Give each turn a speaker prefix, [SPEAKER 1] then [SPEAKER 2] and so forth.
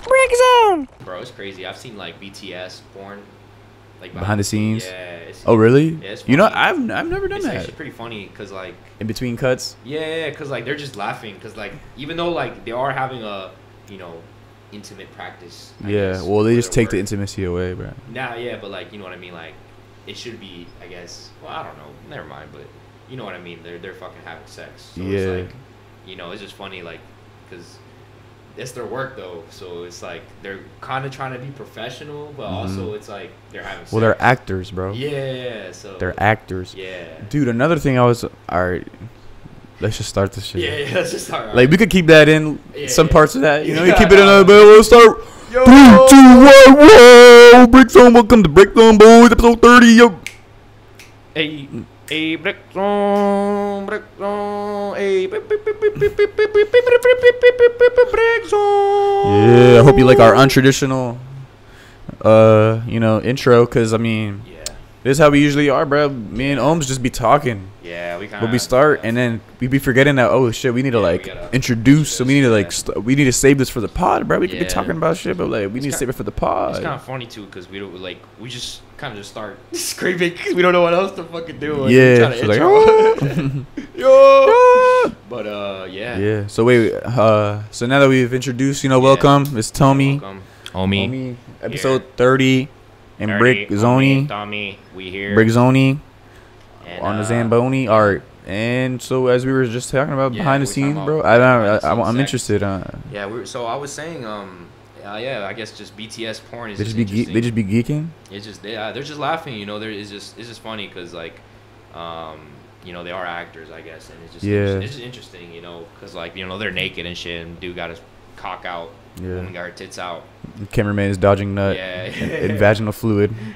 [SPEAKER 1] zone.
[SPEAKER 2] Bro, it's crazy. I've seen like BTS porn, like
[SPEAKER 1] Behind the scenes?
[SPEAKER 2] Yeah. It's,
[SPEAKER 1] Oh, really?
[SPEAKER 2] Yeah, it's
[SPEAKER 1] you know, I've
[SPEAKER 2] funny.
[SPEAKER 1] I've never done
[SPEAKER 2] It's
[SPEAKER 1] that.
[SPEAKER 2] actually pretty funny because like
[SPEAKER 1] In between cuts.
[SPEAKER 2] yeah, because like they're just laughing because like even though like they are having a you know intimate practice. I
[SPEAKER 1] yeah.
[SPEAKER 2] guess,
[SPEAKER 1] Well, they
[SPEAKER 2] for
[SPEAKER 1] just
[SPEAKER 2] their
[SPEAKER 1] take the
[SPEAKER 2] work.
[SPEAKER 1] intimacy away, bro.
[SPEAKER 2] Nah, yeah, but like you know what I mean. Like it should be, I guess. Well, I don't know. Never mind. But you know what I mean. They're they're fucking having sex. So
[SPEAKER 1] Yeah.
[SPEAKER 2] It's like, you know, it's just funny, like, because it's their work though. So it's like they're kind of trying to be professional, but
[SPEAKER 1] Mhm.
[SPEAKER 2] also it's like they're having.
[SPEAKER 1] Well,
[SPEAKER 2] sex.
[SPEAKER 1] they're actors, bro.
[SPEAKER 2] Yeah. So.
[SPEAKER 1] They're actors.
[SPEAKER 2] Yeah.
[SPEAKER 1] Dude, another thing I was all right. Let's just start this shit.
[SPEAKER 2] Yeah, yeah. That's just alright.
[SPEAKER 1] Like we could keep that in
[SPEAKER 2] Yeah,
[SPEAKER 1] some
[SPEAKER 2] yeah.
[SPEAKER 1] parts of that. You know, you
[SPEAKER 2] Yeah,
[SPEAKER 1] keep it in
[SPEAKER 2] I
[SPEAKER 1] another.
[SPEAKER 2] know.
[SPEAKER 1] But we'll start.
[SPEAKER 2] Yo!
[SPEAKER 1] Three, two, one, whoa! Break zone, welcome to Break Zone Boys, episode thirty. Yo,
[SPEAKER 2] Hey, hey, break zone, break zone, hey, beep, beep, beep, beep, beep, beep, beep, beep, beep, beep, beep, beep, beep, beep, beep, break zone.
[SPEAKER 1] yeah. I hope you like our untraditional, uh, you know, intro. Cause I mean,
[SPEAKER 2] Yeah,
[SPEAKER 1] this is how we usually are, bro. Me and Ohms just be talking,
[SPEAKER 2] yeah, we kind
[SPEAKER 1] but we start and then we be forgetting that. Oh shit, we need to
[SPEAKER 2] Yeah, we
[SPEAKER 1] like
[SPEAKER 2] gotta
[SPEAKER 1] introduce. So we need to like
[SPEAKER 2] introduce,
[SPEAKER 1] st- we need to save this for the pod, bro. We could be
[SPEAKER 2] Yeah.
[SPEAKER 1] talking about shit, but like we need to
[SPEAKER 2] ki-
[SPEAKER 1] save it for the
[SPEAKER 2] It's kind
[SPEAKER 1] pod.
[SPEAKER 2] of funny too, cause we don't like we just kind of just start screaming 'cause we don't know what else to fucking do. and we're
[SPEAKER 1] Yeah,
[SPEAKER 2] trying to
[SPEAKER 1] so like, "Oh,
[SPEAKER 2] intro. yo. But uh, yeah.
[SPEAKER 1] Yeah. So wait. Uh. So now that we've introduced, you know,
[SPEAKER 2] Yeah.
[SPEAKER 1] welcome. It's Tommy.
[SPEAKER 2] Welcome, homie.
[SPEAKER 1] Homie, Episode thirty, and Brick Zoni.
[SPEAKER 2] Tommy, we here.
[SPEAKER 1] Brick Zoni
[SPEAKER 2] And,
[SPEAKER 1] on the
[SPEAKER 2] uh,
[SPEAKER 1] Zamboni. All right. And so as we were just talking about
[SPEAKER 2] Yeah,
[SPEAKER 1] behind the
[SPEAKER 2] we talking
[SPEAKER 1] scenes,
[SPEAKER 2] about
[SPEAKER 1] bro. I don't.
[SPEAKER 2] behind the
[SPEAKER 1] I, I, I'm
[SPEAKER 2] scenes
[SPEAKER 1] interested. Uh,
[SPEAKER 2] Yeah, we were, so I was saying, um, uh, yeah, I guess just BTS porn is
[SPEAKER 1] they just
[SPEAKER 2] just,
[SPEAKER 1] be ge-
[SPEAKER 2] interesting.
[SPEAKER 1] they just be geeking.
[SPEAKER 2] it's just they, uh, they're just laughing, you know. They're it's just it's just funny because like, um, you know, they are actors, I guess, and it's just
[SPEAKER 1] Yeah.
[SPEAKER 2] yeah. it's just interesting, you know, because like you know they're naked and shit, and dude got his cock out,
[SPEAKER 1] Yeah.
[SPEAKER 2] woman got her tits out,
[SPEAKER 1] The cameraman is dodging nut
[SPEAKER 2] yeah,
[SPEAKER 1] and vaginal fluid.